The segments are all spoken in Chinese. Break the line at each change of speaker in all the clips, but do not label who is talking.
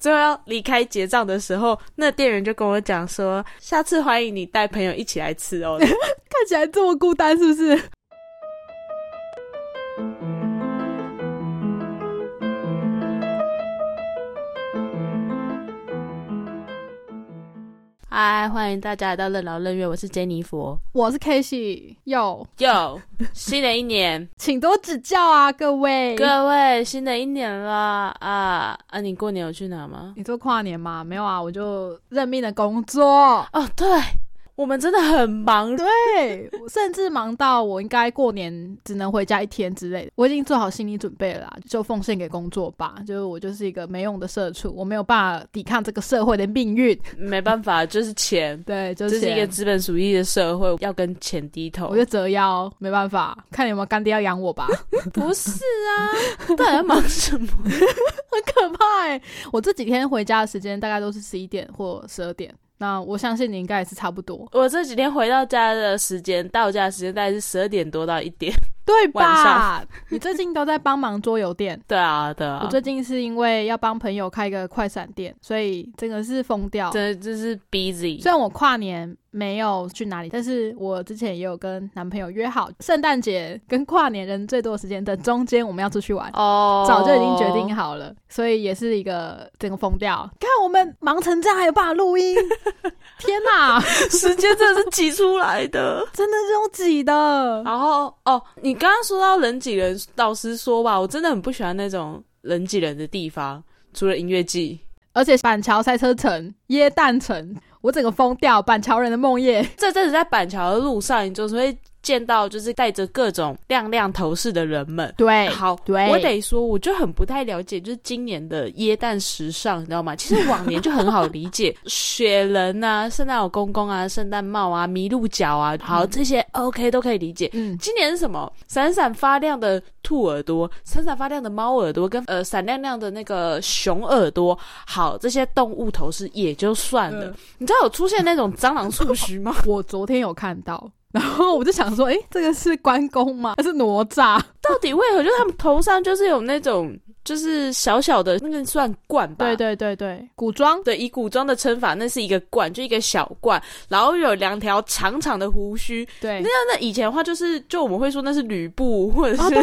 最后要离开结账的时候，那店员就跟我讲说，下次欢迎你带朋友一起来吃哦。
看起来这么孤单，是不是？
嗨，欢迎大家来到任劳任怨，我是珍妮佛。
我是 k a s e 哟，
哟，新的一 年，
请多指教啊，各位。
各位，新的一年了啊啊！你过年有去哪吗？
你做跨年吗？没有啊，我就认命的工作。
哦，对，我们真的很 忙。
对，我甚至忙到我应该过年只能回家一天之类的，我已经做好心理准备了啦，就奉献给工作吧。就是我就是一个没用的社畜，我没有办法抵抗这个社会的命运。
没办法，就是钱，
对，就
这
是
是一个资本主义的社会，要跟钱低头
我。就折腰，没办法，看你有没有干爹要养我吧，
不是啊， 到底要忙什么？
很可怕哎、我这几天回家的时间大概都是十一点或十二点，那我相信你应该也是差不多，
我这几天回到家的时间，到家的时间大概是十二点多到一点。
对
晚
吧
上？
你最近都在帮忙桌游店。
对啊，对
我
啊，
最近是因为要帮朋友开一个快闪店，所以真的是疯掉。
真的就是 busy。
虽然我跨年没有去哪里，但是我之前也有跟男朋友约好，圣诞节跟跨年人最多的时间的中间，我们要出去玩。
哦
早就已经决定好了，所以也是一个整个疯掉。看我们忙成这样，还有办法录音？ 天哪，
时间真的是挤出来的。
真的是用挤的。
然后哦，你刚刚说到人挤人，老实说吧，我真的很不喜欢那种人挤人的地方，除了音乐季。
而且板桥赛车城、耶诞城，我整个疯掉。板桥人的梦夜，
这阵子在板桥的路上，你就是会见到就是戴着各种亮亮头饰的人们。
对，
好，
对
我得说，我就很不太了解，就是今年的椰蛋时尚，你知道吗？其实往年就很好理 解，雪人啊、圣诞老公公啊、圣诞帽啊、麋鹿角啊，好，这些 OK 都可以理解。
嗯，
今年是什么？闪闪发亮的兔耳朵，闪闪发亮的猫耳朵，跟呃闪亮亮的那个熊耳朵。好，这些动物头饰也就算了。
嗯
你知道有出现那种蟑螂触须吗？
我昨天有看到，然后我就想说，诶，这个是关公吗？这是哪吒？
到底为何？就是他们头上就是有那种，就是小小的那个算冠吧？
对对对对，古装。
对，以古装的称法，那是一个冠，就一个小冠，然后有两条长长的胡须。
对，
那那以前的话，就是就我们会说那是吕布，或者
哦
是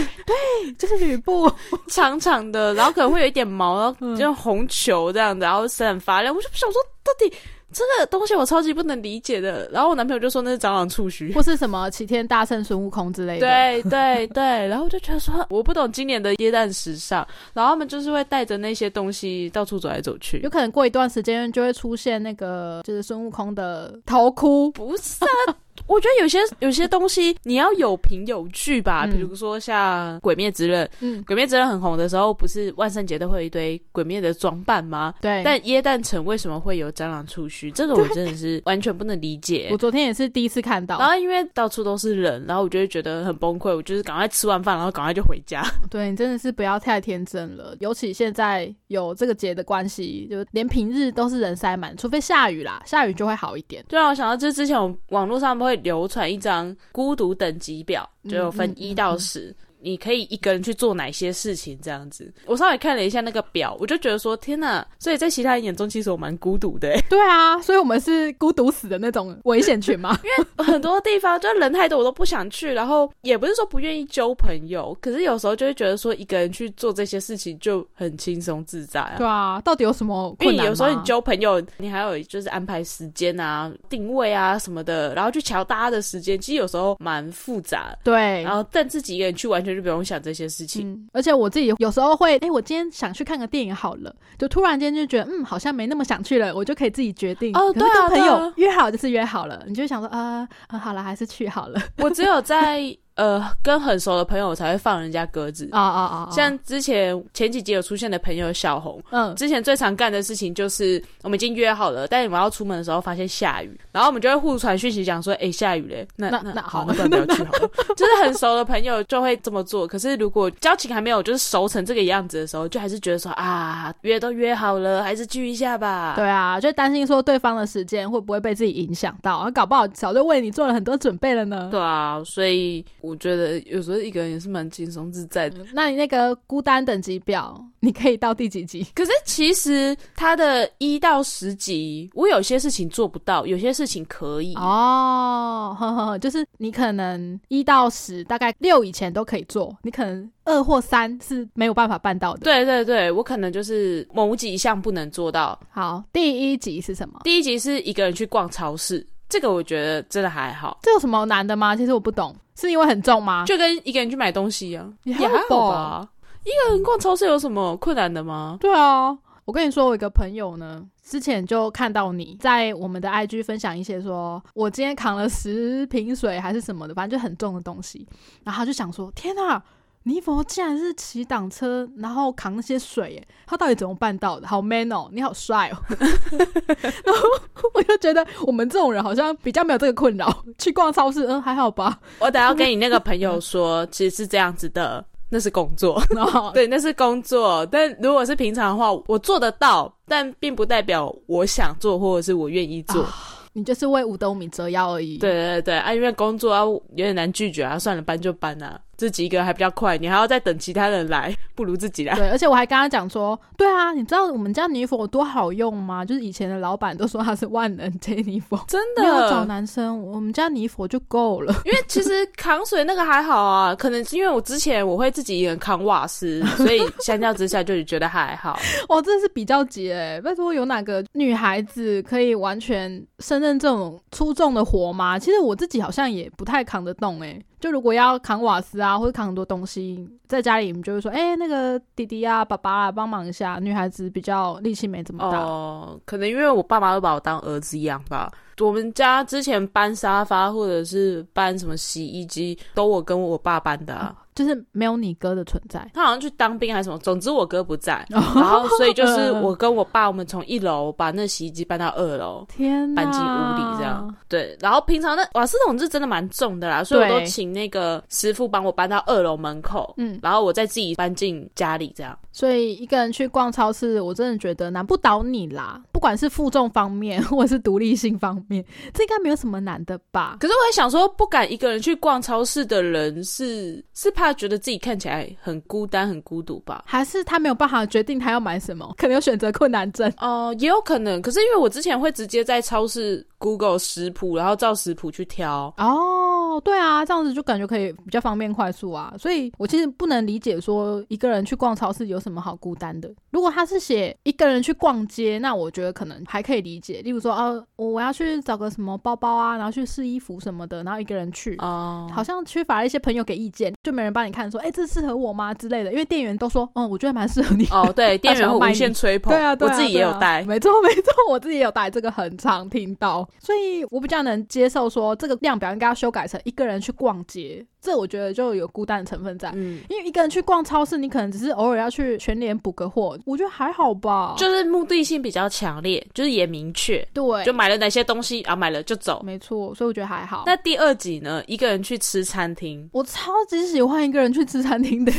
这是吕布。
长长的，然后可能会有一点毛，然后
嗯
就红球这样子，然后闪闪发亮。我就想说，到底这个东西我超级不能理解的。然后我男朋友就说那是蟑螂触须。
或是什么齐天大圣孙悟空之类 的。，
对对对，然后我就觉得说，我不懂今年的椰蛋时尚，然后他们就是会带着那些东西到处走来走去
有。可能过一段时间就会出现那个就是孙悟空的头箍。
不是啊， 我觉得有些有些东西你要有凭有据吧，
嗯
比如说像《鬼灭之刃》，
嗯
《鬼灭之刃》很红的时候，不是万圣节都会有一堆鬼灭的装扮吗？
对，
但椰蛋城为什么会有蟑螂触须？这个我真的是完全不能理解
我。昨天也是第一次看
然
到。
后因为到处都是人，然后我就会觉得很崩溃，我就是赶快吃完饭，然后赶快就回家。
对你真的是不要太天真了，尤其现在有这个节的关系，就连平日都是人塞满，除非下雨啦，下雨就会好一点。
就让我想到，就是之前我网络上会流传一张孤独等级表，
嗯
就有分一到十、你可以一个人去做哪些事情这样子。我稍微看了一下那个表，我就觉得说，天哪！所以在其他人眼中，其实我蛮孤独的欸，
对啊，所以我们是孤独死的那种危险 群吗？
很多地方就人太多，我都不想去。然后也不是说不愿意交朋友，可是有时候就会觉得说，一个人去做这些事情就很轻松自在啊。
对啊，到底有什么
因为
困
你
难吗？
有时候你交朋友，你还有就是安排时间啊、定位啊什么的，然后去瞧大家的时间，其实有时候蛮复杂的
对，
然后但自己一个人去，完全就不用想这些事情。
嗯，而且我自己有时候会，哎、我今天想去看个电影好了，就突然间就觉得，嗯，好像没那么想去了，我就可以自己决定。
哦
可
对
是
啊
跟朋
对啊
友约好就是约好了，你就想说，啊、啊，好了，还是去好 了。
我只有在呃跟很熟的朋友，我才会放人家鸽子。
啊啊啊！啊
像之前前几集有出现的朋友小红，
嗯，
之前最常干的事情就是我们已经约好了，但我们要出门的时候发现下雨，然后我们就会互传讯息讲说，诶，下雨嘞，那
那那
好，
好
那不然不要去好了。就是很熟的朋友就会这么做，可是如果交情还没有就是熟成这个样子的时候，就还是觉得说啊，约都约好了，还是聚一下吧。
对啊，就担心说对方的时啊间会不会被自己影响到，搞不好早就为你做了很多准备了呢。
对啊，所以我我觉得有时候一个人也是蛮轻松自在的。
那你那个孤单等级表，你可以到第几级？
可是其实它的一到十集，我有些事情做不到，有些事情可以。
哦，呵呵呵，就是你可能一到十，大概六以前都可以做，你可能二或三是没有办法办到的。，
对对对，我可能就是某几项不能做到。
好，第一集是什么？
第一集是一个人去逛超市，这个我觉得真的还好，
这有什么难的吗？其实我不懂，是因为很重吗？
就跟一个人去买东西一样，
也还
也还
好
好吧。一个人逛超市有什么困难的吗？
对啊，我跟你说，我有一个朋友呢，之前就看到你在我们的 IG 分享一些说，我今天扛了十瓶水还是什么的，反正就很重的东西，然后他就想说，天啊！尼佛竟然是骑挡车，然后扛那些水耶，他到底怎么办到的？好 man 哦，你好帅哦！ 然后我就觉得我们这种人好像比较没有这个困扰，去逛超市，嗯，还好吧。
我等下跟你那个朋友说， 其实是这样子的，那是工作。
然后
对，那是工作。但如果是平常的话，我做得到，但并不代表我想做或者是我愿意做。
啊你就是为五斗米折腰而已。
对对对啊，因为工作啊有点难拒绝啊，算了，搬就搬啊，自己一个还比较快，你还要再等其他人来，不如自己来。
对，而且我还跟他讲说，对啊，你知道我们家女佛有多好用吗？就是以前的老板都说她是万能接女 佛，
真
没有找
的，
男生，我们家女佛就够了。
因为其实扛水那个还好啊，可能是因为我之前我会自己一个人扛瓦斯，所以相较之下就觉得还好。
哇，真的是比较级哎！拜托，有哪个女孩子可以完全胜任这种出众的活吗？其实我自己好像也不太扛得动哎。就如果要扛瓦斯啊，或者扛很多东西，在家里你就会说，哎、那个弟弟啊、爸爸啊，帮忙一下。女孩子比较力气没这么大。
哦，可能因为我爸妈都把我当儿子一样吧。我们家之前搬沙发或者是搬什么洗衣机，都我跟我爸搬的啊、
就是没有你哥的存在，
他好像去当兵还是什么，总之我哥不在，
然
然后所以
嗯
就是我跟我爸，我们从一楼把那洗衣机搬到二楼。
天呐，
搬进屋里这样。对，然后平常那瓦斯桶是真的蛮重的啦，所以我
对
都请那个师傅帮我搬到二楼门口，
嗯，
然后我再自己搬进家里这样。
所以一个人去逛超市，我真的觉得难不倒你啦。不管是负重方面， 或者是独立性方面，这应该没有什么难的吧？
可是我在想说，不敢一个人去逛超市的人是是怕觉得自己看起来很孤单、很孤独吧？
还是他没有办法决定他要买什么，可能有选择困难症。
哦、也有可能。可是因为我之前会直接在超市 Google 食谱，然后照食谱去挑。
哦，对啊，这样子就感觉可以比较方便快速啊。所以我其实不能理解说一个人去逛超市有什么好孤单的。如果他是写一个人去逛街，那我觉得可能还可以理解。例如说，哦、我我要去找个什么包包啊，然后去试衣服什么的，然后一个人去。
哦、
好像缺乏了一些朋友给意见，就没人帮你看说，哎、这适合我吗之类的，因为店员都说，嗯，我觉得蛮适合你的。
哦，对，店员会无限吹捧，
对啊，对啊
我自己也有
对啊
带。
没错没错，我自己也有带，这个很常听到，所以我比较能接受说这个量表应该要修改成一个人去逛街，这我觉得就有孤单的成分在。
嗯，
因为一个人去逛超市，你可能只是偶尔要去全联补个货，我觉得还好吧。
就是目的性比较强烈，就是也明确，
对，嗯
就买了哪些东西啊，买了就走。
没错，所以我觉得还好。
那第二集呢，一个人去吃餐厅，
我超级喜欢一个人去吃餐 厅的、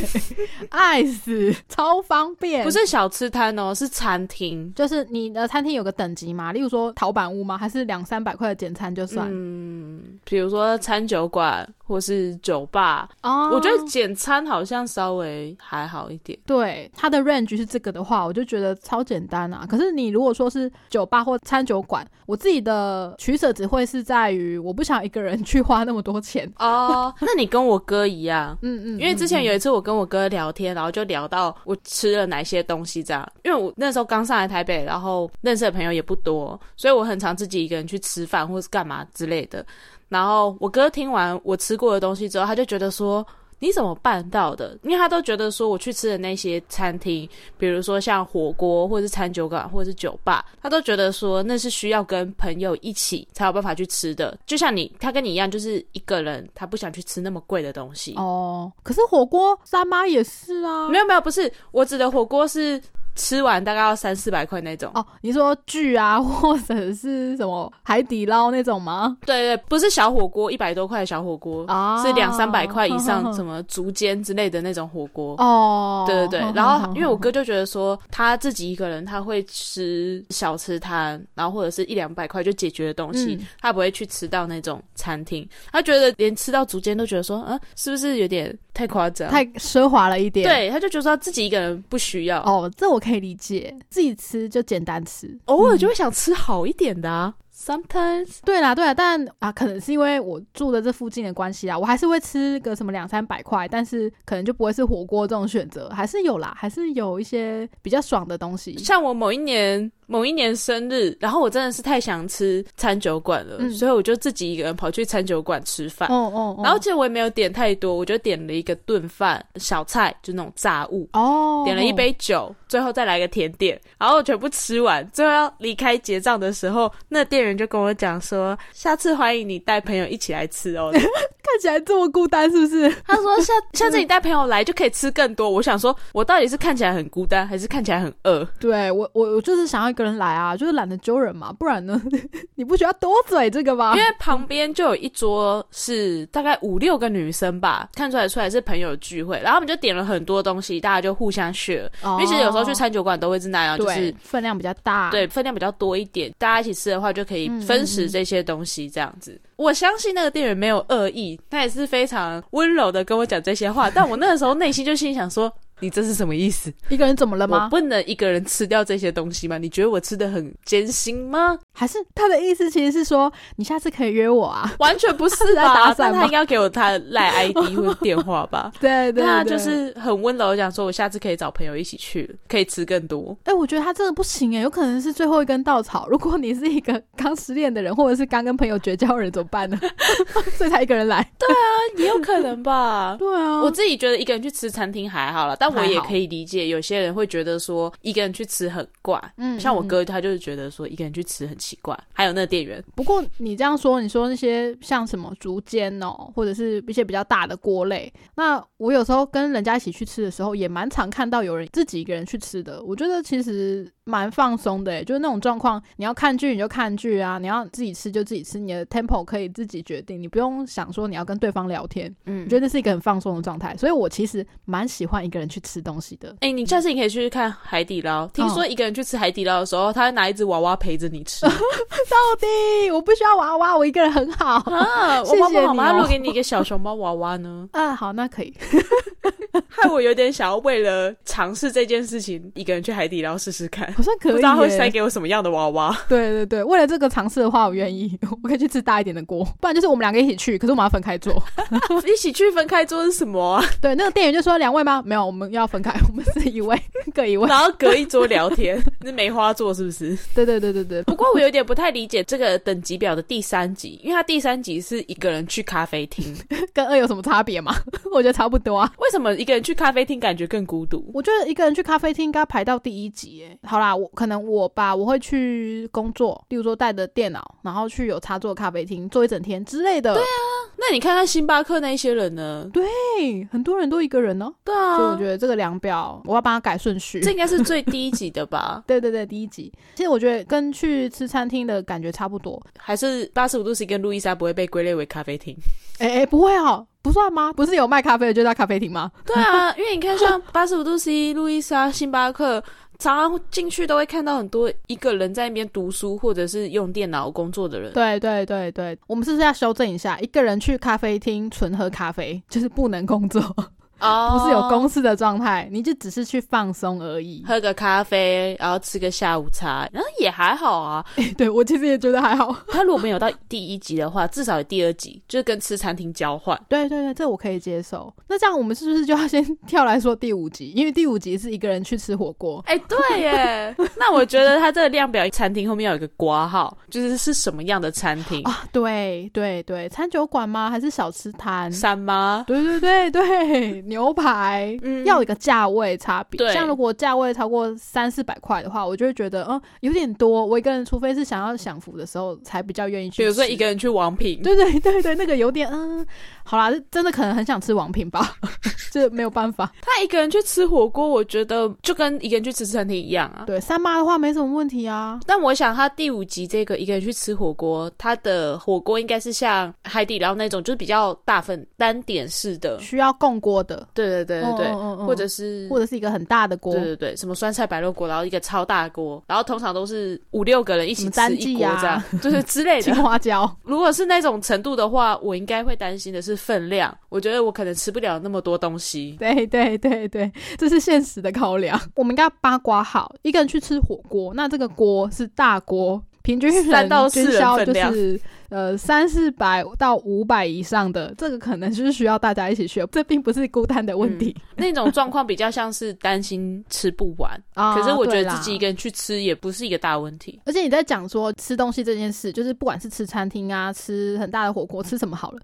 爱死，超方便。
不是小吃摊哦，是餐厅。
就是你的餐厅有个等级嘛，例如说陶板屋吗？还是两三百块的简餐就算？
嗯，比如说餐酒馆或是酒吧，
哦
我觉得简餐好像稍微还好一点。
对它的 range 是这个的话，我就觉得超简单啊。可是你如果说是酒吧或餐酒馆，我自己的取舍只会是在于我不想一个人去花那么多钱。
哦， 那你跟我哥一样。
嗯嗯，
因为之前
有
有一次我跟我哥聊天，然后就聊到我吃了哪些东西这样。因为我那时候刚上来台北，然后认识的朋友也不多，所以我很常自己一个人去吃饭或是干嘛之类的。然后我哥听完我吃过的东西之后，他就觉得说。你怎么办到的？因为他都觉得说我去吃的那些餐厅，比如说像火锅或者是餐酒馆或者是酒吧，他都觉得说那是需要跟朋友一起才有办法去吃的。就像你，他跟你一样，就是一个人，他不想去吃那么贵的东西。
哦，可是火锅三妈也是啊，
没有没有，不是我指的火锅是吃完大概要三四百块那种。
哦，你说剧啊，或者是什么海底捞那种吗？
对对，不是小火锅，一百多块的小火锅，
啊，
是两三百块以上，什
么？
么竹尖之类的那种火锅。
哦，
对对对，然后因为我
哥
哥就觉得说他自己一个人他会吃小吃摊，然后或者是一两百块就解决的东西，
嗯
他不会去吃到那种餐厅。他觉得连吃到竹间都觉得说，嗯，是不是有点太夸张？
太奢华了一点，。
对，他就觉得说他自己一个人不需要，
哦，这我可以理解，自己吃就简单吃。嗯
偶尔就会想吃好一点的啊。Sometimes
对啦，对啦，但啊，可能是因为我住的这附近的关系啦，我还是会吃个什么两三百块，但是可能就不会是火锅这种选择，还是有啦，还是有一些比较爽的东西。
像我某一年某一年生日，然后我真的是太想吃餐酒馆了，
嗯
所以我就自己一个人跑去餐酒馆吃饭。
哦哦，哦
然后其实我也没有点太多，我就点了一个炖饭、小菜，就那种炸物，
哦，
点了一杯酒，最后再来个甜点，然后我全部吃完。最后要离开结账的时候，那店员就跟我讲说：“下次欢迎你带朋友一起来吃 哦。
看起来这么孤单，是不是？”
他说下：“下
嗯
次你带朋友来就可以吃更多。”我想说，我到底是看起来很孤单，还是看起来很饿？
对我，我我就是想要一个人来啊，就是懒得揪人嘛，不然呢， 你不需要多嘴这个
因
吧？
为旁边就有一桌是大概五六个女生吧，看出来出来是朋友聚会，然后我们就点了很多东西，大家就互相 share。
因
因为其实有时候去餐酒馆都会是那样，就
哦对、
是
分量比较大，
对，分量比较多一点，大家一起吃的话就可以
嗯
分食这些东西，这样子。我相信那个店员没有恶意，他也是非常温柔的跟我讲这些 话，但我那个时候内心就心里想说。你这是什么意思？
一个人怎么了
我
吗？
不能一个人吃掉这些东西吗？你觉得我吃的很艰辛吗？
还是他的意思其实是说，你下次可以约我啊？
完全不是
在打
吧？但
伞吗
他应该要给我他的赖 ID 或者电话吧？
对对
那
对，
就
啊
是很温柔地讲说，我下次可以找朋友一起去，可以吃更 多。
哎、我觉得他真的不行哎，有可能是最后一根稻草。如果你是一个刚失恋的人，或者是刚跟朋友绝交的人，怎么办呢？ 所以才一个人来。
也有可能吧。
对啊，
我自己觉得一个人去吃餐厅还好啦，但我也
还好
可以理解有些人会觉得说一个人去吃很怪。
嗯
像我。
嗯
哥，他就是觉得说一个人去吃很奇怪，还有那个店员，
不过你这样说，你说那些像什么竹煎哦，或者是一些比较大的锅类，那我有时候跟人家一起去吃的时候，也蛮常看到有人自己一个人去吃的。我觉得其实蛮放松的诶，欸就是那种状况，你要看剧你就看剧啊，你要自己吃就自己吃，你的 tempo 可以自己决定，你不用想说你要跟对方聊天。
嗯
我觉得那是一个很放松的状态，所以我其实蛮喜欢一个人去吃东西的。
哎、你下次你可以去看海底捞。
嗯
听说一个人去吃海底捞的时候，他会拿一只娃娃陪着你 吃
到底我不需要娃娃，我一个人很好。
啊！我
谢谢
妈妈好
你
吗？
哦？
他如果给你一个小熊猫娃娃呢
啊，好，那可 以。
害我有点想要为了尝试这件事情，一个人去海底捞试试看，
好像可以
不
耶。
知道会塞给我什么样的娃娃。
对对对，为了这个尝试的话，我愿意， 我可以去吃大一点的锅，不然就是我们两个一起去，可是我们要分开坐。
一起去分开桌是什么啊？
对，那个店员就说两位吗？没有，我们要分开，我们是一位， 各一位。
然后隔一桌聊天， 是梅花座是不是？
对对对对对，
不过我有点不太理解这个等级表的第三集，因为它第三集是一个人去咖啡 厅，
跟二有什么差别吗？ 我觉得差不多啊。
为什么一个人去咖啡厅感觉更孤独？
我觉得一个人去咖啡厅应该排到第一集耶。好啦，我可能我吧，我会去工作，例如说带着电脑，然后去有插座的咖啡厅坐一整天之类的。对啊，
那你看看星巴克那一些人呢？
很多人都一个人呢、
对
所以我
啊
觉，得这个量表我要帮他改顺序。？
这应该是最低级的吧
对对对，第一集，其实我觉得跟去吃餐厅的感觉差不多。
还是八十五度 C 跟路易莎不会被归类为咖啡厅？
哎哎，不会哦，不算吗？不是有卖咖啡的就叫咖啡厅吗？
对啊，因为你看像八十五度 C、路易莎、星巴克。常常进去都会看到很多一个人在那边读书或者是用电脑工作的人，
对对对对，我们是不是要修正一下？一个人去咖啡厅纯喝咖啡，就是不能工作，
哦
不是有公司的状态，你就只是去放松而已。
喝个咖啡，然后吃个下午茶，然后也还好啊。
对我其实也觉得还好。
他如果没有到第一集的话，至少有第二集，就是跟吃餐厅交换。
对对对，这我可以接受。那这样我们是不是就要先 跳来说第五集？因为第五集是一个人去吃火锅。
哎、对耶， 那我觉得他这个量表餐厅后面有一个挂号，就是是什么样的餐厅？
啊，对对对，餐酒馆吗？还是小吃摊？
三吗？
对对对对， 牛排，
嗯
要有一个价位差别。
对
像如果价位超过三四百块的话，我就会觉得嗯有点多。我一个人，除非是想要享福的时候，才比较愿意去。
比如说一个，人去王品，
对对对对，那个有点嗯，好啦，真的可能很想吃王品吧， 这没有办法。
他一个人去吃火锅，我觉得就跟一个人去吃餐厅一样啊。
对，三妈的话没什么问题啊。
但我想他第五集这个一个人去吃火锅，他的火锅应该是像海底捞那种，就是比较大份单点式的。
需要共锅的，
对对对对对，
嗯嗯嗯嗯
或者是
或者是一个很大的锅
对，对对，什么酸菜白肉锅，然后一个超大锅，然后通常都是五六个人一
什
起
么单
吃一
季
锅
啊
这样，就是之类
青
的。
花椒。
如果是那种程度的话，我应该会担心的是分量，我觉得我可能吃不了那么多东西。
对对对对，这是现实的考量。我们应该八卦好，一个人去吃火锅，那这个锅是大锅，平均人
三到四
均
人
销
份
就
量
是呃三四百到五百以上的，这个可能就是需要大家一起学，这并不是孤单的问
嗯
题、
那种状况比较像是担心吃不完，
啊。
可是我觉
对
得
啦
自己一个人去吃也不是一个大问题。
而且你在讲说吃东西这件事，就是不管是吃餐厅啊，吃很大的火
嗯
锅，吃什么好了，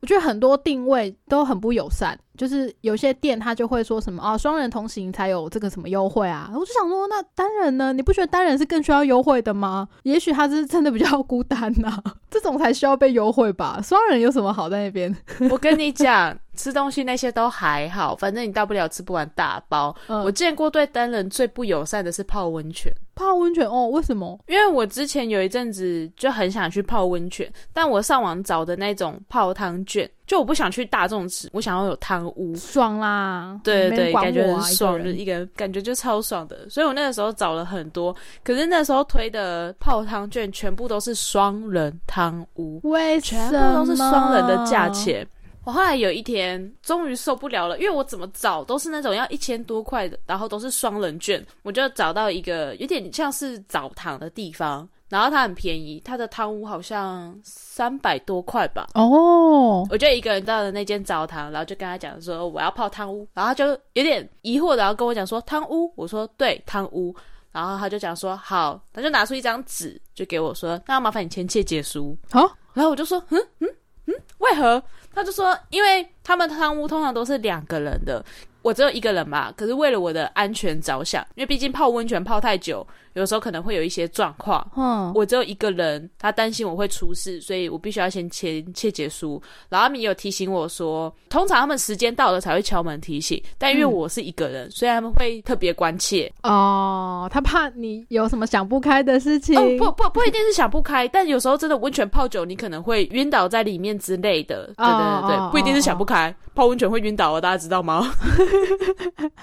我觉得很多定位都很不友善。就是有些店他就会说什么哦，双人同行才有这个什么优惠啊。我就想说，那单人呢？你不觉得单人是更需要优惠的吗？也许他是真的比较孤单呐、 这种才需要被优惠吧。双人有什么好在那边？
我跟你讲，吃东西那些都还好，反正你大不了吃不完大包。
嗯，
我见过对单人最不友善的是泡温泉。
泡温泉哦，为什么？
因为我之前有一阵子就很想去泡温泉，但我上网找的那种泡汤券，就我不想去大众池，我想要有汤屋。
爽啦，
对
没
对，
人管
感觉
我啊
很
一
爽，
个
就
人
一个人感觉就超爽的。所以我那个时候找了很多，可是那时候推的泡汤券全部都是双人汤屋，
为什
全
么
部都是双人的价？钱。我后来有一天终于受不了了，因为我怎么找都是那种要一千多块的，然后都是双人券，我就找到一个有点像是澡堂的地方，然后它很便宜，它的汤屋好像三百多块吧。
哦，
我就一个人到了那间澡堂，然后就跟他讲说我要泡汤屋，然后他就有点疑惑，然后跟我讲说汤屋，我说对汤屋，然后他就讲说好，他就拿出一张纸就给我说，那麻烦你签切结书。
好、
然后我就说，嗯嗯嗯，为何？他就说，因为他们汤屋通常都是两个人的，我只有一个人嘛。可是为了我的安全着想，因为毕竟泡温泉泡太久，有时候可能会有一些状况。
嗯，
我只有一个人，他担心我会出事，所以我必须要先签切结书。然后他们也有提醒我说，通常他们时间到了才会敲门提醒，但因为
嗯
我是一个人，所以他们会特别关切。
哦，他怕你有什么想不开的事情。
哦，不不不一定是想不开，但有时候真的温泉泡久，你可能会晕倒在里面之类的。对对对
哦哦
对，不一定是想不开，泡温泉会晕倒啊，大家知道吗？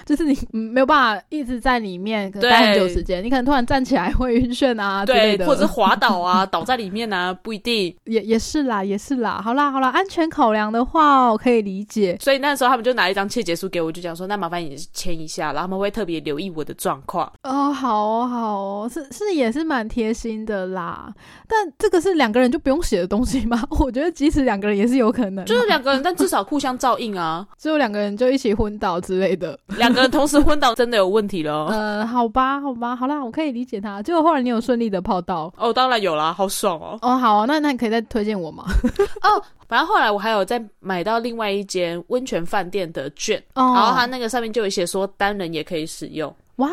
就是你嗯没有办法一直在里面可能
对
待很久时间，你可能突然站起来会晕眩啊之类
对，
的，
或者是滑倒啊，倒在里面啊，不一 定。
也也是啦，也是啦。好啦好啦，安全考量的话，我可以理解。
所以那时候他们就拿一张切结书给我，就讲说，那麻烦你签一下，然后他们会特别留意我的状 况。
哦，好哦好哦，是是也是蛮贴心的啦。但这个是两个人就不用写的东西吗？ 我觉得即使两个人也是有可能啊，
就是两个人，但至少互相照应 啊。
只有两个人就一起昏倒之类的。
两个人同时昏倒，真的有问题 了。
呃，好吧好吧，好啦，我可以理解他。结果后来你有顺利的泡到。
哦，当然有啦，好爽哦！
哦，好啊，那那你可以再推 荐我吗？
反正后来我还有再买到另外一间温泉饭店的券，
哦
然后它那个上面就有写说单人也可以使用。
哇，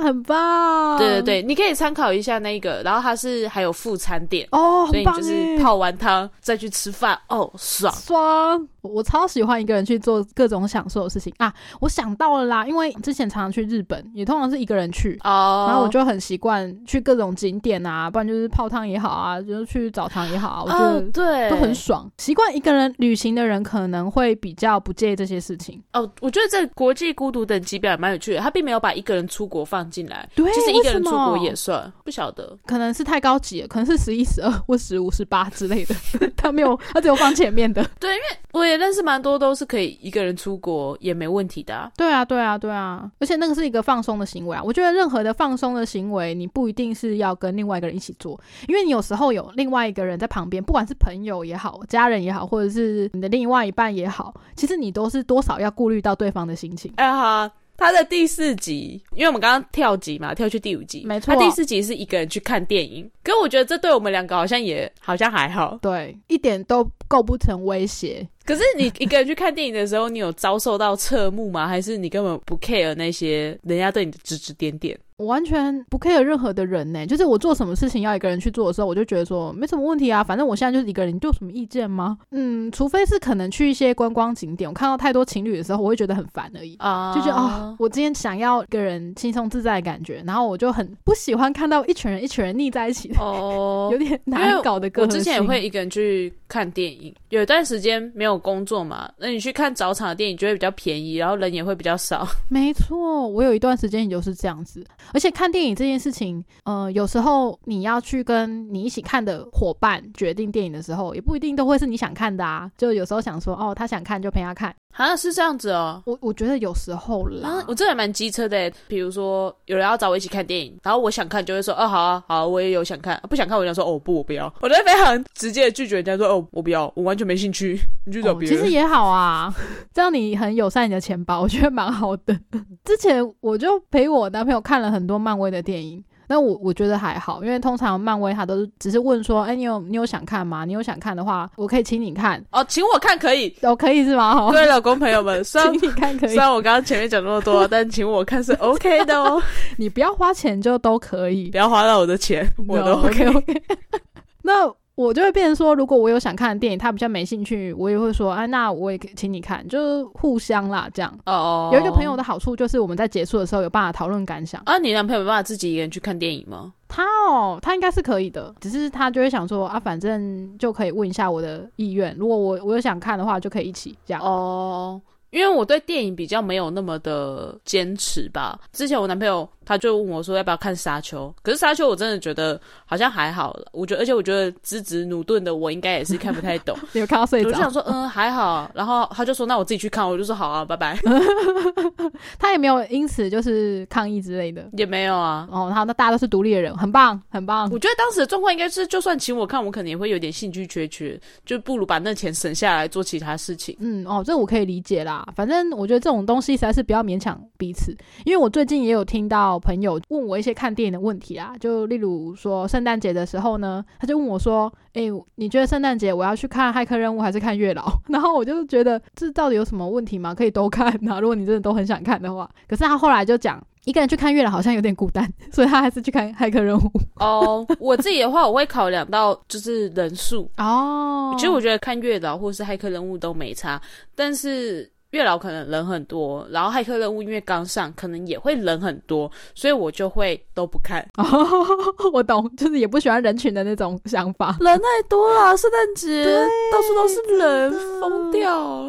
很棒！
对对，对，你可以参考一下那个，然后它是还有副餐点，
哦，
所
很
以你
棒
就是
耶
泡完汤再去吃饭，哦，爽！
爽！我我超喜欢一个人去做各种享受的事情啊！我想到了啦，因为之前常常去日本，也通常是一个人去。
哦，
然后我就很习惯去各种景点啊，不然就是泡汤也好啊，就是去澡堂也好啊，我觉
哦
得
对
都很爽。习惯一个人旅行的人可能会比较不介意这些事情。
哦，我觉得这国际孤独等级表也蛮有趣的，他并没有把一个人出国放进来，
对，
其实一
为
个
什
人出国
么
也算，不晓得。
可能是太高级了，可能是十一、十二 或十五、十八之类的，他没有，他只有放前面的。
我也认识蛮多都是可以一个人出国也没问题的、啊。
对啊，对啊，对啊，而且那个是一个放松的行为啊。我觉得任何的放松的行为，你不一定是要跟另外一个人一起做，因为你有时候有另外一个人在旁边，不管是朋友也好、家人也好，或者是你的另外一半也好，其实你都是多少要顾虑到对方的心情。
哎哈，他的第四集，因为我们刚刚跳集嘛，跳去第五集，
没错
他第四集是一个人去看电影，可我觉得这对我们两个好像也好像还好。
对，一点都构不成威胁。
可是你一个人去看电影的时候，你有遭受到侧目吗？还是你根本不 care 那些人家对你的指指点点？
我完全不 care 任何的人呢、就是我做什么事情要一个人去做的时候，我就觉得说没什么问题啊，反正我现在就是一个人，你对我有什么意见吗？嗯，除非是可能去一些观光景点，我看到太多情侣的时候，我会觉得很烦而已。
啊
就觉得啊、我今天想要一个人轻松自在的感觉，然后我就很不喜欢看到一群人一群人腻在一起的，
哦
有点难搞的歌。
我之前也会一个人去看电影，有一段时间没有工作嘛，那你去看早场的电影就会比较便宜，然后人也会比较少。
没错，我有一段时间也就是这样子。而且看电影这件事情，呃，有时候你要去跟你一起看的伙伴决定电影的时候，也不一定都会是你想看的啊。就有时候想说，哦，他想看就陪他看。
啊，是这样子哦。
我我觉得有时候啦
啊，，我这还蛮机车的耶。比如说，有人要找我一起看电影，然后我想看，就会说，哦，好啊，好啊我也有想看，啊不想看，我就说，哦，不，我不要。 我都会非常直接的拒绝人家说，哦，我不要，我完全没兴趣， 你去找
哦
别
其
人。
实也好啊， 这样你很友善你的钱包，我觉得蛮好的。之前我就陪我男朋友看了很多漫威的电影，那我我觉得还好，因为通常漫威他都是只是问说，哎、你有你有想看吗？你有想看的话，我可以请你看，
哦，请我看可以。
哦，可以是吗？
各
好，
位老公朋友 们，虽然
请你看可
虽
以，
然我刚刚前面讲那么多，但请我看是 OK 的 哦，
你不要花钱就都可以
不。要花到我的钱，我都
No，OK，OK
OK。
OK。那我就会变成说，如果我有想看的电影，他比较没兴趣，我也会说，哎、那我也可以请你看，就是互相啦，这样。
哦，
有一个朋友的好处就是，我们在结束的时候有办法讨论感想。
啊，你男朋友没办法自己一个人去看电影吗？
他哦，他应该是可以的，只是他就会想说啊，反正就可以问一下我的意愿，如果我我有想看的话，就可以一起这样。
哦，因为我对电影比较没有那么的坚持吧。之前我男朋友他就问我说要不要看《沙丘》，可是《沙丘》我真的觉得好像还好了。我觉得，而且我觉得资质努顿的我应该也是看不太懂，
有看到
我
睡
就想
着，
说嗯还好。然后他就说那我自己去看，我就说好啊，拜拜。
他也没有因此就是抗议之类的。
也没有啊。
哦，好，那大家都是独立的人，很棒，很棒。
我觉得当时的状况应该是，就算请我看，我可能也会有点兴趣缺缺，就不如把那钱省下来做其他事情。
嗯，哦，这我可以理解啦。反正我觉得这种东西实在是不要勉强彼此，因为我最近也有听到朋友问我一些看电影的问题啦，就例如说圣诞节的时候呢，他就问我说：“诶，你觉得圣诞节我要去看《骇客任务》还是看《月老》？” 然后我就觉得这到底有什么问题吗？可以都看呐、如果你真的都很想看的话。可是他后来就讲，一个人去看《月老》好像有点孤单， 所以他还是去看《骇客任务》
哦我自己的话，我会考量到就是人数，
哦
其实我觉得看月老或是骇客任务都没差，但是月老可能人很多，然后骇客任务因为刚上，可能也会人很多，所以我就会都不看。
哦， 我懂，就是也不喜欢人群的那种想法。
人太多了，圣诞节到处都是
真的
人，疯掉。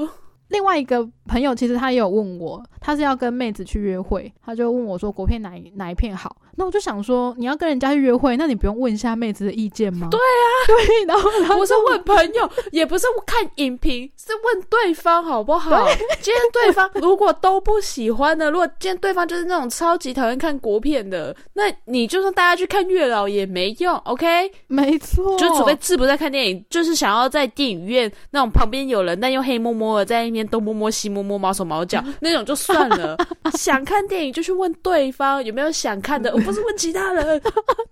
另外一个朋友其实他也有问我，他是要跟妹子去约会，他就问我说国片哪一哪一片好？那我就想说，你要跟人家去约会，那你不用问一下妹子的意见吗？对啊， 对，然后他
不是问朋友，也不是看影评，是问对方好不好？今天对方如果都不喜欢呢？如果今天对方就是那种超级讨厌看国片的，那你就算大家去看月老也没用，OK？
没错，
就除非志不在看电影，就是想要在电影院那种旁边有人，但又黑摸摸的在那边东摸摸西摸摸、毛手毛脚那种就算了。 想看电影就去问对方有没有想看的，我不是问其他人。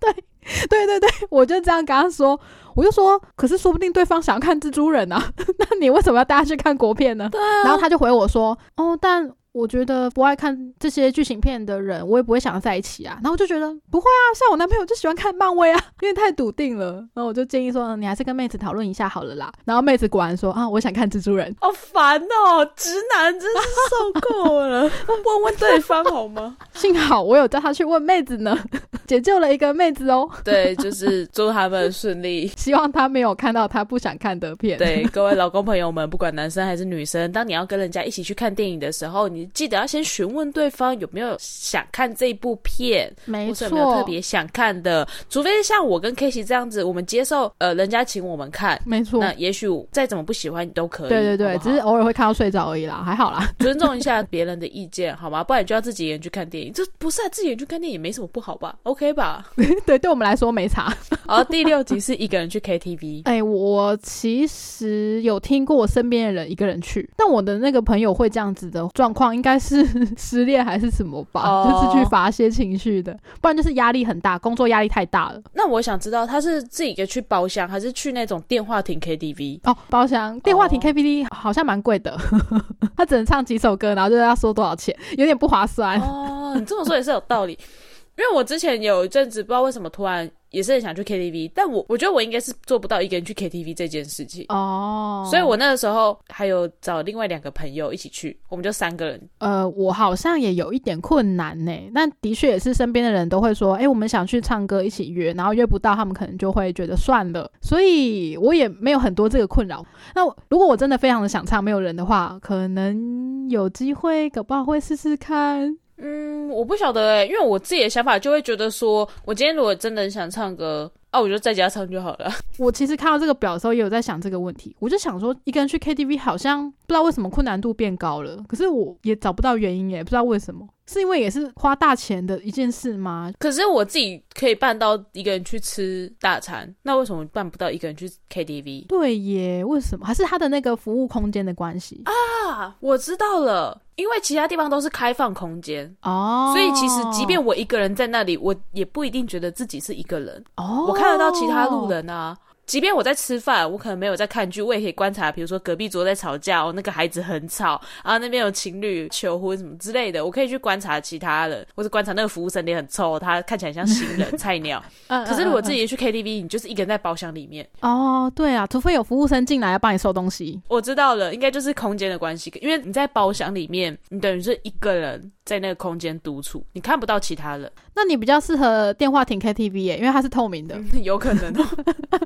对对对，我就这样跟他说，我就说，可是说不定对方想要看蜘蛛人啊， 那你为什么要带他去看国片呢？对、啊然后他就回我说，哦，但。我觉得不爱看这些剧情片的人，我也不会想在一起啊。然后我就觉得不会啊，像我男朋友就喜欢看漫威啊，因为太笃定了。然后我就建议说，嗯你还是跟妹子讨论一下好了啦。然后妹子果然说啊，我想看蜘蛛人。
好烦哦，直男真是受够 了。问问对方好吗？
幸好我有叫她去问妹子呢， 解救了一个妹子哦。
对，就是祝他们顺利。
希望她没有看到她不想看的片。
对各位老公朋友们，不管男生还是女生，当你要跟人家一起去看电影的时候，你记得要先询问对方有没有想看这部片，
没
或是
错，
有没有特别想看的，除非像我跟 Casey 这样子，我们接受呃人家请我们看。
没错。
那也许再怎么不喜欢你都可以，
对对对，
好不
只
好
是偶尔会看到睡着而已啦，还好啦。
尊重一下别人的意见，好吗？不然你就要自己一个人去看电影，这不是、啊、自己一个人去看电影也没什么不好吧？OK 吧？
对，对我们来说没差。
然后第六集是一个人去 KTV，
哎、我其实有听过我身边的人一个人去，但我的那个朋友会这样子的状况，应该是 失恋还是什么吧
哦
就是去发泄情绪的，不然就是压力很大，工作压力太大了。
那我想知道他是自己一个去包厢，还是去那种电话亭 KTV？
哦，包厢电话亭
哦
KTV 好像蛮贵的， 他只能唱几首歌，然后就要说多少钱，有点不划算。
哦，你这么说也是有道理，因为我之前有一阵子不知道为什么突然也是很想去 KTV，但我我觉得我应该是做不到一个人去 KTV 这件事情。
哦，
所以我那个时候还有找另外两个朋友一起去，我们就三个人。
呃，我好像也有一点困难呢。但的确也是身边的人都会说，哎、我们想去唱歌，一起约，然后约不到，他们可能就会觉得算了。所以我也没有很多这个困扰。那我如果我真的非常的想唱，没有人的话，可能有机会，搞不好会试试看。
嗯，我不晓得哎、因为我自己的想法就会觉得说，我今天如果真的很想唱歌，啊，我就在家唱就好了。
我其实看到这个表的时候，也有在想这个问题。我就想说，一个人去 KTV 好像不知道为什么困难度变高了，可是我也找不到原因耶，不知道为什么，是因为也是花大钱的一件事吗？
可是我自己可以办到一个人去吃大餐，那为什么办不到一个人去 KTV
对耶，为什么？还是他的那个服务空间的关系
啊？我知道了，因为其他地方都是开放空间，
哦。
所以其实即便我一个人在那里，我也不一定觉得自己是一个人。
哦，
我看得到其他路，人啊。即便我在吃饭，我可能没有在看剧，我也可以观察，比如说隔壁桌在吵架，哦，那个孩子很吵，啊，那边有情侣求婚什么之类的，我可以去观察其他人，或者观察那个服务生脸很臭，他看起来像新 人菜鸟。
嗯
可是如果自
己
己去 KTV，你就是一个人在包厢里面。
哦，对啊，除非有服务生进来要帮你收东西。
我知道了，应该就是空间的关系，因为你在包厢里面，你等于是一个人在那个空间独处，你看不到其他人。
那你比较适合电话亭 KTV 耶，因为它是透明的。
有可能 哦，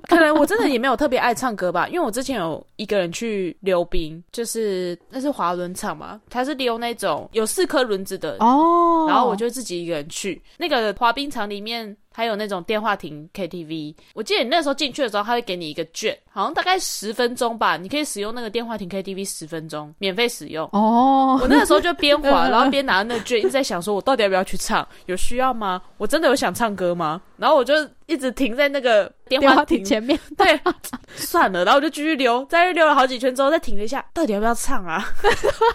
可能我真的也没有特别爱唱歌吧，因为我之前有一个人去溜冰，就是那是滑轮场嘛，它是溜那种有四颗轮子的，
哦，
然后我就自己一个人去那个滑冰场里面。还有那种电话亭 KTV，我记得你那时候进去的时候，他会给你一个券，好像大概十分钟吧，你可以使用那个电话亭 KTV 十分钟，免费使用。
哦，
我那个时候就边滑，
嗯嗯
然后边拿那卷，一直在想说，我到底要不要去唱？有需要吗？我真的有想唱歌吗？然后我就一直停在那个电
电
话
话
亭
亭，前面，
对，算了，然后我就继续溜，在那溜了好几圈之后，再停了一下，到底要不要唱 啊？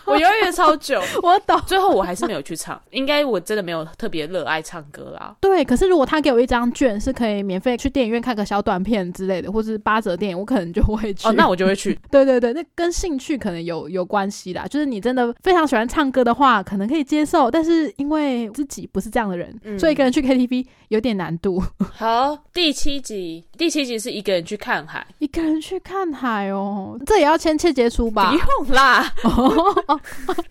我犹豫了超久，
我懂。
最后我还是没有去唱。应该我真的没有特别热爱唱歌啦。
对，可是如果他给我一张券，是可以免费去电影院看个小短片之类的，或是八折电影，我可能就会去。
哦，那我就会 去。
对对对，那跟兴趣可能有有关系啦。就是你真的非常喜欢唱歌的话，可能可以接受，但是因为自己不是这样的人，
嗯
所以一个人去 KTV 有点难度。
好，第七集，第七集是一个人去看海，
一个人去看海哦，这也要签切结书
不
吧？
用啦，
哦，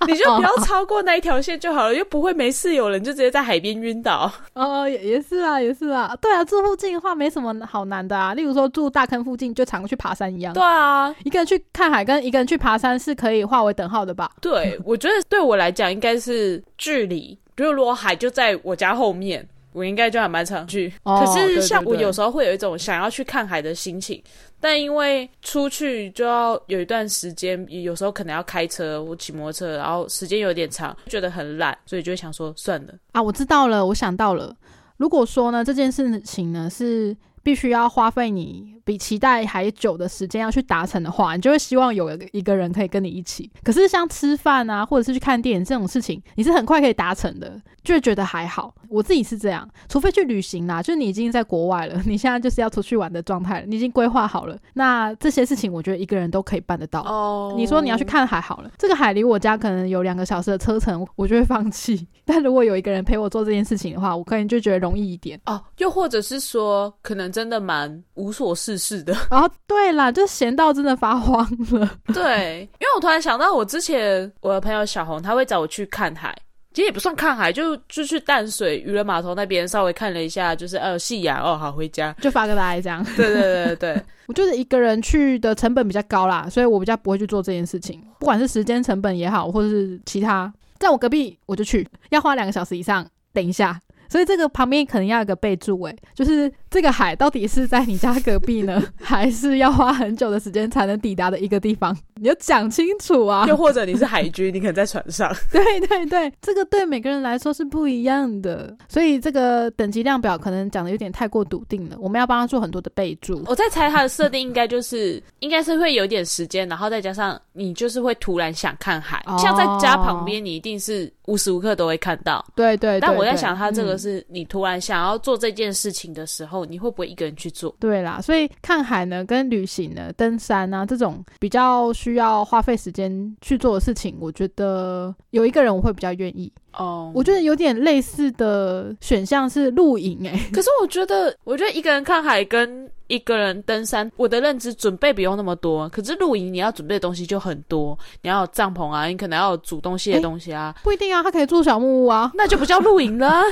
你就不 要超过那一条线就好了，又不会没事有人就直接在海边晕 倒。
哦，也也是啊，也是啊，对啊，住附近的话没什么好难的啊。例如说住大坑附近，就常去爬山一样。
对啊，
一个人去看海跟一个人去爬山是可以划为等号的吧？
对，我觉得对我来讲应该是距离，就是如果海就在我家后面，我应该就还蛮常去。
哦
可
对
是
对
像我
对
有时候会有一种想要去看海的心情，但因为出去就要有一段时间，有时候可能要开车或骑摩托车，然后时间有点长，觉得很懒，所以就会想说算了。
啊，我知道了，我想到了。如果说呢，这件事情呢是必须要花费你比期待还久的时间要去达成的话，你就会希望有一个人可以跟你一起。可是像吃饭啊，或者是去看电影这种事情，你是很快可以达成的，就会觉得还好。我自己是这样，除非去旅行啦，就是你已经在国外了，你现在就是要出去玩的状态了，你已经规划好了。那这些事情，我觉得一个人都可以办得到。
哦
你说你要去看海好了，这个海离我家可能有两个小时的车程，我就会放弃。 但如果有一个人陪我做这件事情的话，我可能就觉得容易一点。
哦，又或者是说，可能真的蛮无所事事的。
然后对啦，就闲到真的发慌了。
对，因为我突然想到，我之前我的朋友小红，她会找我去看海，其实也不算看海，就就去淡水渔人码头那边稍微看了一下，就是呃夕阳，哦好回 家。
就发个呆这样，
对对对对，
我觉得一个人去的成本比较高啦，所以我比较不会去做这件事情，不管是时间成本也好，或者是其他。在我隔壁我就去，要花两个小时以上，等一下，所以这个旁边可能要有个备注、欸，诶，就是这个海到底是在你家隔壁呢， 还是要花很久的时间才能抵达的一个地方？你要讲清楚啊！
又或者你是海军，你可能在船上。
对对对，这个对每个人来说是不一样的，所以这个等级量表可能讲的有点太过笃定了，我们要帮他做很多的备注。
我在猜它的设定应该就是应该是会有点时间，然后再加上你就是会突然想看海，
哦
像在家旁边，你一定是无时无刻都会看到。
对对对
但我在
对
想，它这
嗯
个是你突然想要做这件事情的时候，你会不会一个人去做？
对啦，所以看海呢、跟旅行呢、登山啊这种比较需要花费时间去做的事情，我觉得有一个人我会比较愿意。
哦
我觉得有点类似的选项是露营、欸，
可是我觉得，我觉得一个人看海跟一个人登山，我的认知准备不用那么多。可是露营你要准备的东西就很多，你要有帐篷啊，你可能要有煮东西的东西啊，
不一定啊，他可以住小木屋啊。
那就不叫露营了啊。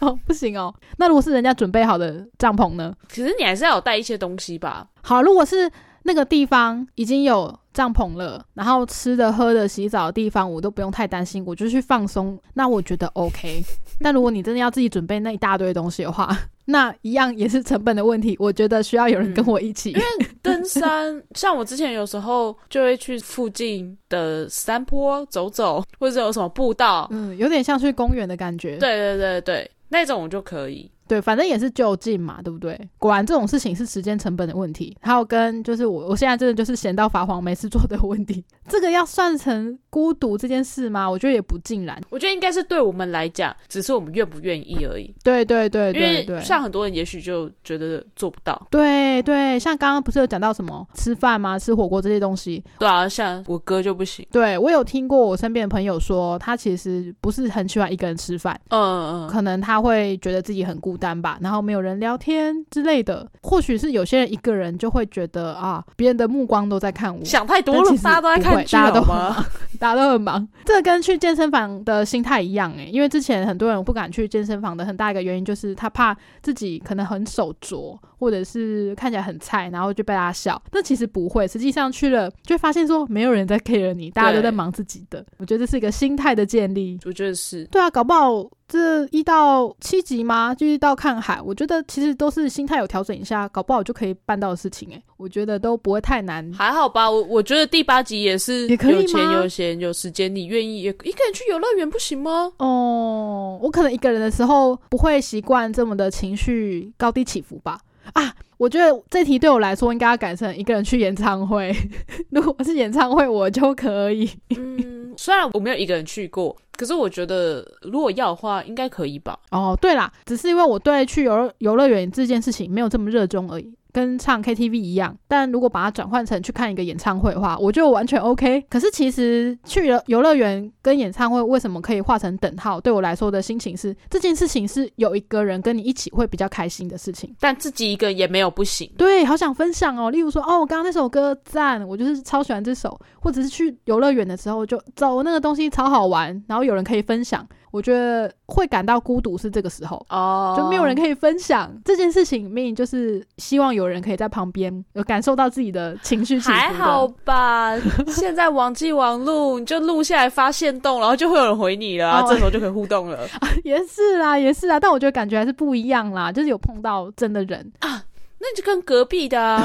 哦，不行哦，那如果是人家准备好的帐篷呢？
可是你还是要有带一些东西吧。
好，如果是那个地方已经有帐篷了，然后吃的、喝的、洗澡的地方我都不用太担心，我就去放松，那我觉得 OK。但如果你真的要自己准备那一大堆东西的话， 那一样也是成本的问题，我觉得需要有人
嗯
跟我一起。
登山，像我之前有时候就会去附近的山坡走走，或者有什么步道，
嗯，有点像去公园的感觉，
对对对对，那种我就可以。
对，反正也是就近嘛，对不对？果然这种事情是时间成本的问题，还有跟就是我我现在真的就是闲到发慌没事做的问题， 这个要算成孤独这件事吗？我觉得也不尽然。
我觉得应该是对我们来讲，只是我们愿不愿意而已。
对对对对
因为
对，
像很多人也许就觉得做不到。
对对，像刚刚不是有讲到什么吃饭吗？吃火锅这些东西，
对啊，像我哥就不行。
对我有听过我身边的朋友说，他其实不是很喜欢一个人吃饭，
嗯嗯
可能他会觉得自己很孤单吧，然后没有人聊天之类的。或许是有些人一个人就会觉得啊，别人的目光都在看我
嗯，，想太多
但
了
其，实
大家都在
不会
看剧
大家都
好 吗？
大家都很忙。这跟去健身房的心态一样诶、因为之前很多人不敢去健身房的很大一个原因就是他怕自己可能很手拙，或者是看起来很菜，然后就被大家笑。但其实不会，实际上去了就会发现说没有人在 care 你，大家都在忙自己的。我觉得这是一个心态的建立。
我觉得是。
对啊，搞不好这一到七集吗？就是到看海，我觉得其实都是心态有调整一下，搞不好就可以办到的事情诶、欸我觉得都不会太难。
还好吧，我我觉得第八集也是
也可以吗
有钱有闲有时间，你愿意也一个人去游乐园不行吗？
哦，我可能一个人的时候不会习惯这么的情绪高低起伏吧。啊，我觉得这题对我来说应该要改成一个人去演唱会。 如果是演唱会，我就可以。
嗯，虽然我没有一个人去过，可是我觉得如果要的话，应该可以吧。
哦，对啦，只是因为我对去游乐游乐园这件事情没有这么热衷而已，跟唱 KTV 一样。但如果把它转换成去看一个演唱会的话，我就完全 OK。可是其实去游游乐园跟演唱会为什么可以画成等号？对我来说的心情是，这件事情是有一个人跟你一起会比较开心的事情。
但自己一个人也没有不行。
对，好想分享哦。例如说，哦，我刚刚那首歌赞，我就是超喜欢这首，或者是去游乐园的时候就走那个东西超好玩，然后有人可以分享，我觉得会感到孤独是这个时候。
哦
就没有人可以分享这件事情，命就是希望有人可以在旁边有感受到自己的情绪起伏的。
还好吧，现在网际网路，你就录下来发现动，然后就会有人回你了、啊，
哦
这时候就可以互动 了。
也是啦，也是啦，但我觉得感觉还是不一样啦，就是有碰到真的人。
那就跟隔壁的、啊，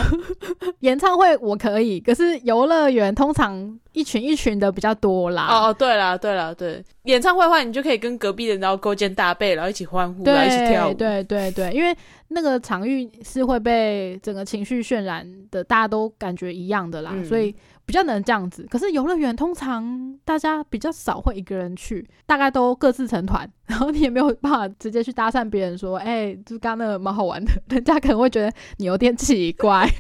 演唱会我可以，可是游乐园通常一群一群的比较多啦。
哦哦，对啦对啦对，演唱会的话，你就可以跟隔壁的人然后勾肩搭背，然后一起欢呼，然后一起跳舞。
对对对，因为那个场域是会被整个情绪渲染的，大家都感觉一样的啦，
嗯
所以比较能这样子。可是游乐园通常大家比较少会一个人去，大概都各自成团， 然后你也没有办法直接去搭讪别人说，哎、就刚刚那个蛮好玩的，人家可能会觉得你有点奇怪。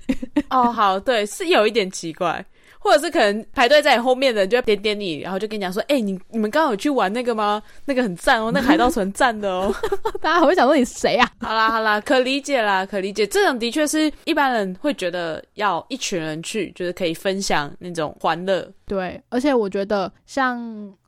哦，好，对，是有一点奇怪，或者是可能排队在你后面的人就会点点你，然后就跟你讲说，哎、你你们刚刚有去玩那个吗？那个很赞哦，那个海盗船赞的 哦。
大家还会想说你谁啊？
好啦好啦，可理解啦，可理解。这种的确是一般人会觉得要一群人去，就是可以分享那种欢乐。
对，而且我觉得像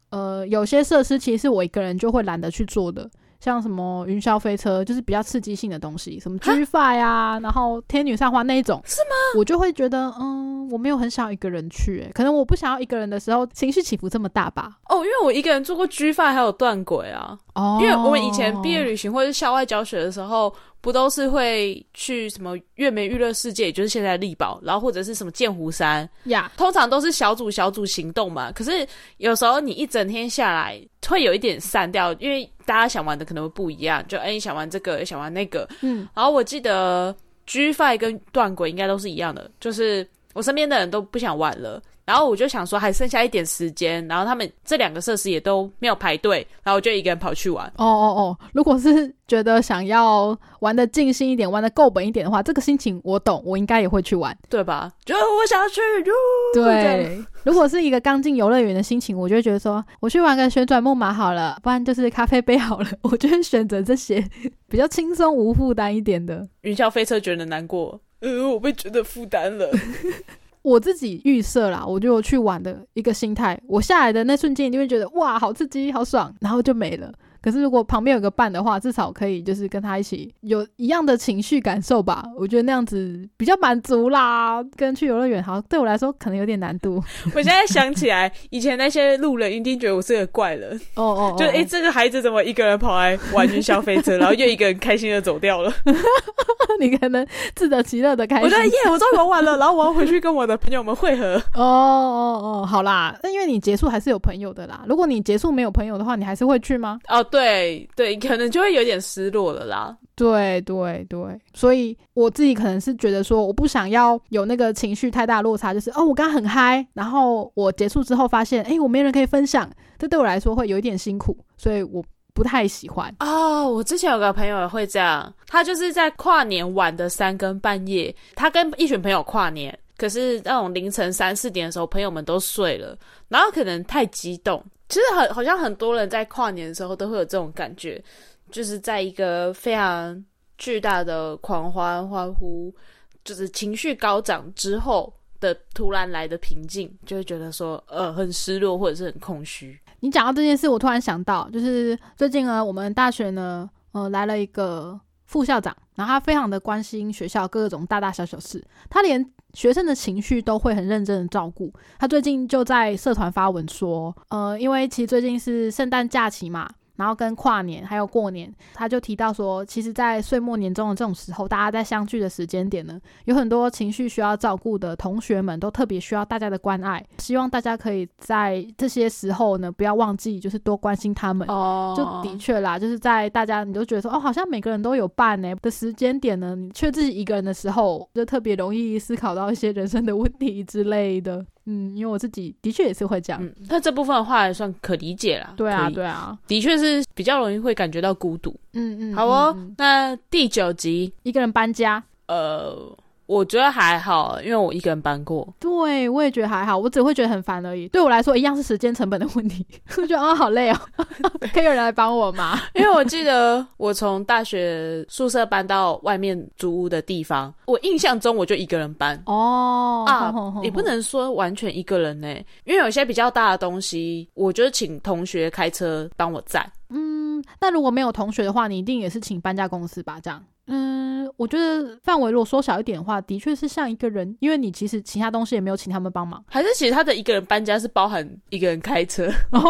呃有些设施，其实我一个人就会懒得去做的。像什么云霄飞车，就是比较刺激性的东西，什么 G Five 啊，然后天女散花那一种，
是吗？
我就会觉得，嗯，我没有很想要一个人去、欸，可能我不想要一个人的时候，情绪起伏这么大吧。
哦，因为我一个人做过 G 发还有断轨啊，
哦，
因为我们以前毕业旅行或者校外教学的时候，不都是会去什么月美娱乐世界，也就是现在力宝，然后或者是什么剑湖山，
呀，
通常都是小组小组行动嘛。可是有时候你一整天下来，会有一点散掉，因为大家想玩的可能会不一样，就哎、你想玩这个，想玩那个。
嗯，
然后我记得 G Five 跟断轨应该都是一样的，就是我身边的人都不想玩了。然后我就想说，还剩下一点时间，然后他们这两个设施也都没有排队，然后我就一个人跑去玩。
哦哦哦，如果是 觉得想要玩的尽兴一点，玩的够本一点的话，这个心情我懂，我应该也会去玩。
对吧？就我想要去，就这
对，如果是一个刚进游乐园的心情，我就会觉得说，我去玩个旋转木马好了，不然就是咖啡杯好了， 我就会选择这些 比较轻松无负担一点的。
云霄飞车觉得难过，呃，我被觉得负担 了。
我自己预设啦，我就有去玩的一个心态，我下来的那瞬间一定会觉得哇，好刺激，好爽，然后就没了。可是如果旁边有个伴的话，至少可以就是跟他一起有一样的情绪感受吧，我觉得那样子比较满足啦。跟去游乐园好像对我来说可能有点难度。
我现在想起来，以前那些路人一定觉得我是个怪人，
哦 哦
就诶、这个孩子怎么一个人跑来玩云霄飞车，然后又一个人开心的走掉了。
你可能自得其乐的开
我
心
觉。得耶，我终于玩完了，然后我要回去跟我的朋友们会合。
哦哦哦，好啦，那因为你结束还是有朋友的啦。如果你结束没有朋友的话，你还是会去吗？
哦，对对，可能就会有点失落了啦。
对对对，所以我自己可能是觉得说，我不想要有那个情绪太大的落差，就是哦，我刚刚很嗨，然后我结束之后发现，哎，我没人可以分享，这对我来说会有一点辛苦，所以我不太喜欢。
哦，我之前有个朋友也会这样，他就是在跨年晚的三更半夜，他跟一群朋友跨年，可是那种凌晨三四点的时候，朋友们都睡了，然后可能太激动。其实很好像很多人在跨年的时候都会有这种感觉，就是在一个非常巨大的狂欢欢呼，就是情绪高涨之后的突然来的平静，就会觉得说呃很失落或者是很空虚。
你讲到这件事，我突然想到，就是最近呢，我们大学呢，呃，来了一个副校长，然后他非常的关心学校各种大大小小事，他连学生的情绪都会很认真的照顾。他最近就在社团发文说，呃，因为其实最近是圣诞假期嘛。然后跟跨年还有过年，他就提到说，其实，在岁末年终的这种时候，大家在相聚的时间点呢，有很多情绪需要照顾的同学们都特别需要大家的关爱，希望大家可以在这些时候呢，不要忘记就是多关心他们。
哦
就的确啦，就是在大家你就觉得说哦，好像每个人都有伴呢的时间点呢，你却自己一个人的时候，就特别容易思考到一些人生的问题之类的。嗯，因为我自己的确也是会这样。
嗯，那这部分的话还算可理解啦。
啊对啊，
可以，
对啊，
的确是比较容易会感觉到孤独。
嗯嗯，
好哦，
嗯嗯
那第九集，
一个人搬家，
呃，我觉得还好，因为我一个人搬过。
对我也觉得还好，我只会觉得很烦而已。对我来说，一样是时间成本的问题。 我觉得啊、好累哦， 可以有人来帮我吗？
因为我记得我从大学宿舍搬到外面租屋的地方，我印象中我就一个人搬。
哦
啊
吼吼吼
也不能说完全一个人呢、因为有些比较大的东西，我就请同学开车帮我载。
嗯，那如果没有同学的话，你一定也是请搬家公司吧？这样，嗯，我觉得范围如果缩小一点的话，的确是像一个人，因为你其实其他东西也没有请他们帮忙，
还是其实他的一个人搬家是包含一个人开车，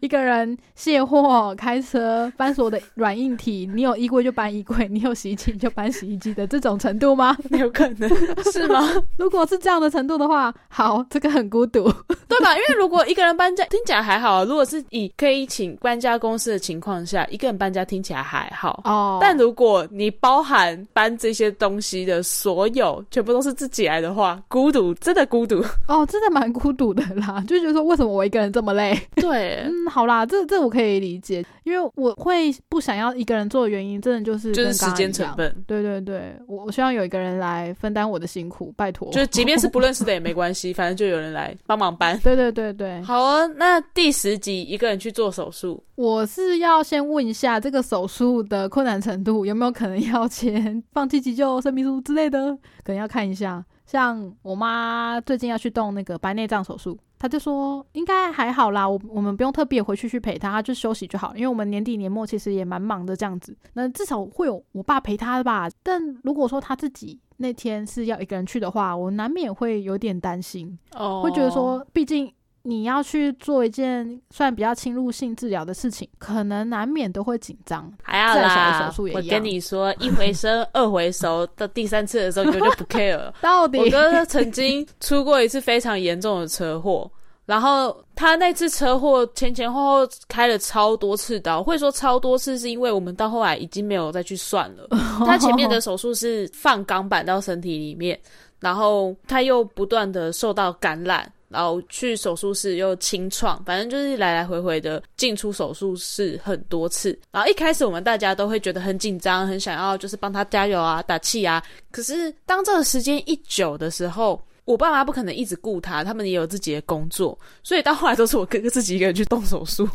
一个人卸货、开车、搬所有的软硬体，你有衣柜就搬衣柜，你有洗衣机就搬洗衣机的这种程度吗？
有可能是吗？
如果是这样的程度的话，好，这个很孤独。
对吧？因为如果一个人搬家，听起来还好；啊如果是以可以请搬家公司的情况下，一个人搬家听起来还好。
哦
但如果你包含搬这些东西的所有，全部都是自己来的话，孤独真的孤独。
哦，真的蛮孤独的啦，就觉得说为什么我一个人这么累？
对，
嗯，好啦，这这我可以理解，因为我会不想要一个人做的原因，真的就是
就是
跟刚
时
刚
间
一
成
样。
本。
对对对，我我希望有一个人来分担我的辛苦，拜托。
就是即便是不认识的也没关系，反正就有人来帮忙搬。
对对对对，
好啊，那第十集一个人去做手术，
我是要先问一下这个手术的困难程度有没有可能要签放弃急救生命书之类的，可能要看一下。像我妈最近要去动那个白内障手术，他就说应该还好啦，我我们不用特别回去去陪他，他就休息就好，因为我们年底年末其实也蛮忙的这样子，那至少会有我爸陪他吧。但如果说他自己那天是要一个人去的话，我难免会有点担心，
哦
会觉得说，毕竟。你要去做一件算比较侵入性治疗的事情，可能难免都会紧张。
还好
自然小
啦，
的手术也
我
一
跟
样
你说，一回生二回熟，到第三次的时候你就就不 care 了。
到底
我哥曾经出过一次非常严重的车祸， 然后他那次车祸前前后后开了超多次刀，会说超多次是因为我们到后来已经没有再去算了。
哦
他前面 的手术是放钢板到身体里面，然后他又不断的受到感染，然后去手术室又清创，反正就是来来回回的进出手术室很多次。然后一开始我们大家都会觉得很紧张，很想要就是帮他加油啊、打气啊。可是当这个时间一久的时候，我爸妈不可能一直顾他，他们也有自己的工作，所以到后来都是我哥哥自己一个人去动手术。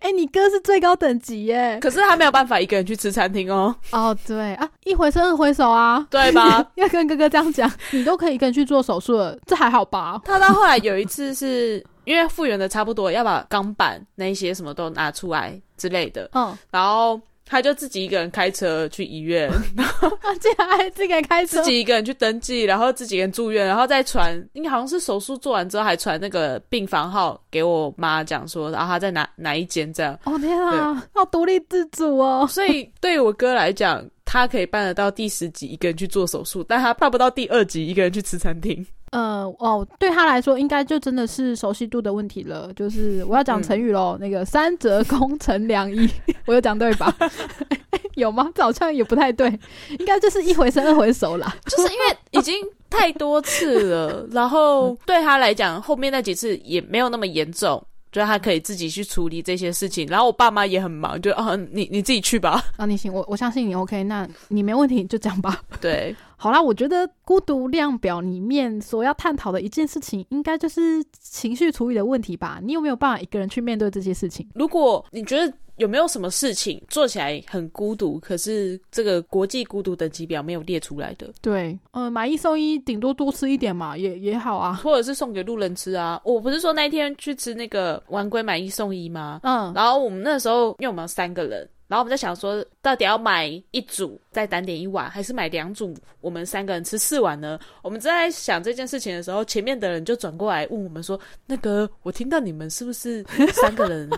哎、你哥是最高等级耶！
可是他没有办法一个人去吃餐厅哦，
哦，对啊，一回生二回熟啊，
对吧？
要跟哥哥这样讲， 你都可以跟去做手术了，这还好吧？
他到后来有一次是因为复原的差不多，要把钢板那一些什么都拿出来之类的，
嗯，啊，
然后他就自己一个人开车去医院，
啊竟然还自己开车
自，己一个人去登记，然后自己一个人住院，然后再传，应该好像是手术做完之后还传那个病房号给我妈讲说，然后他在哪哪一间这样，
哦天啊，要独立自主哦，
所以对我哥来讲。他可以办得到第十集一个人去做手术，但他办不到第二集一个人去吃餐厅。
呃，哦，对他来说应该就真的是熟悉度的问题了，就是我要讲成语喽，那个三折肱乘良医， 我有讲对吧？ 有吗？这好像也不太对，应该就是一回生二回熟啦。
就是因为已经太多次了，然后对他来讲，后面那几次也没有那么严重，就是他可以自己去处理这些事情。然后我爸妈也很忙，就啊，你你自己去 吧。
啊，你行，我我相信你 OK，那你没问题，就这样吧。
对，
好啦，我觉得孤独量表里面所要探讨的一件事情，应该就是情绪处理的问题吧？你有没有办法一个人去面对这些事情？
如果你觉得有没有什么事情做起来很孤独，可是这个国际孤独等级表没有列出来的，
对，呃，买一送一，顶多多吃一点嘛，也也好啊。
或者是送给路人吃啊？我不是说那一天去吃那个玩龟买一送一吗？
嗯，
然后我们那时候，因为我们有三个人，然后我们在想说，到底要买一组再单点一碗，还是买两组，我们三个人吃四碗呢？我们正在想这件事情的时候，前面的人就转过来问我们说：“那个，我听到你们是不是三个 人？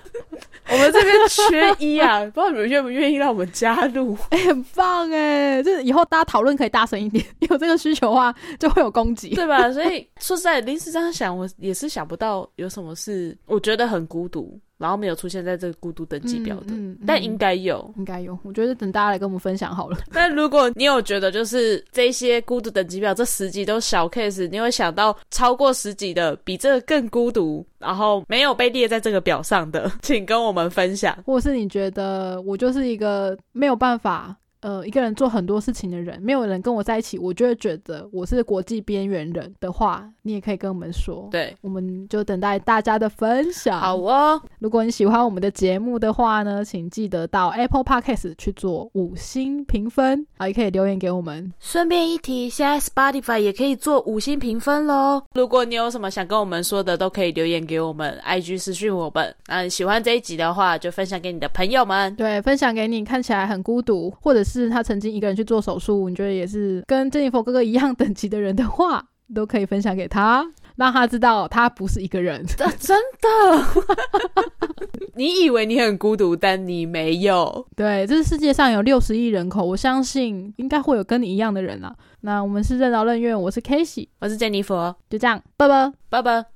我们这边缺一啊，不知道你们愿不愿意让我们加 入
哎、很棒哎，就是以后大家讨论可以大声一点， 有这个需求的话就会有攻，击。
对吧？”所以说实在，临时这样想，我也是想不到有什么是我觉得很孤独，然后没有出现在这个孤独等级表的，
嗯嗯嗯
但应该有。
应该有，我觉得等大家来跟我们分享好 了。
但如果你有觉得就是这些孤独等级表这十级都小 case，你会想到超过十级的比这个更孤独，然后没有被列在这个表上的， 请跟我们分享。
或是你觉得我就是一个没有办法呃一个人做很多事情的人，没有人跟我在一起，我就会觉得我是国际边缘人的话，你也可以跟我们说。
对，
我们就等待大家的分享。
好，哦，
如果你喜欢我们的节目的话呢，请记得到 Apple Podcast 去做五星评分啊，也可以留言给我们。
顺便一提，现在 Spotify 也可以做五星评分喽。如果你有什么想跟我们说的，都可以留言给我们，IG 私讯我们。那你喜欢这一集的话，就分享给你的朋友们。
对，分享给你看起来很孤独，或者是他曾经一个人去做手术，你觉得也是跟珍妮佛哥哥一样等级的人的话，都可以分享给他，让他知道他不是一个人。
啊、真的， 你以为你很孤独，但你没有。
对，这世界上有六十亿人口，我相信应该会有跟你一样的人啊。那我们是任劳任怨，我是 k a s e y
我是珍妮佛，
就这样，拜拜。
拜拜。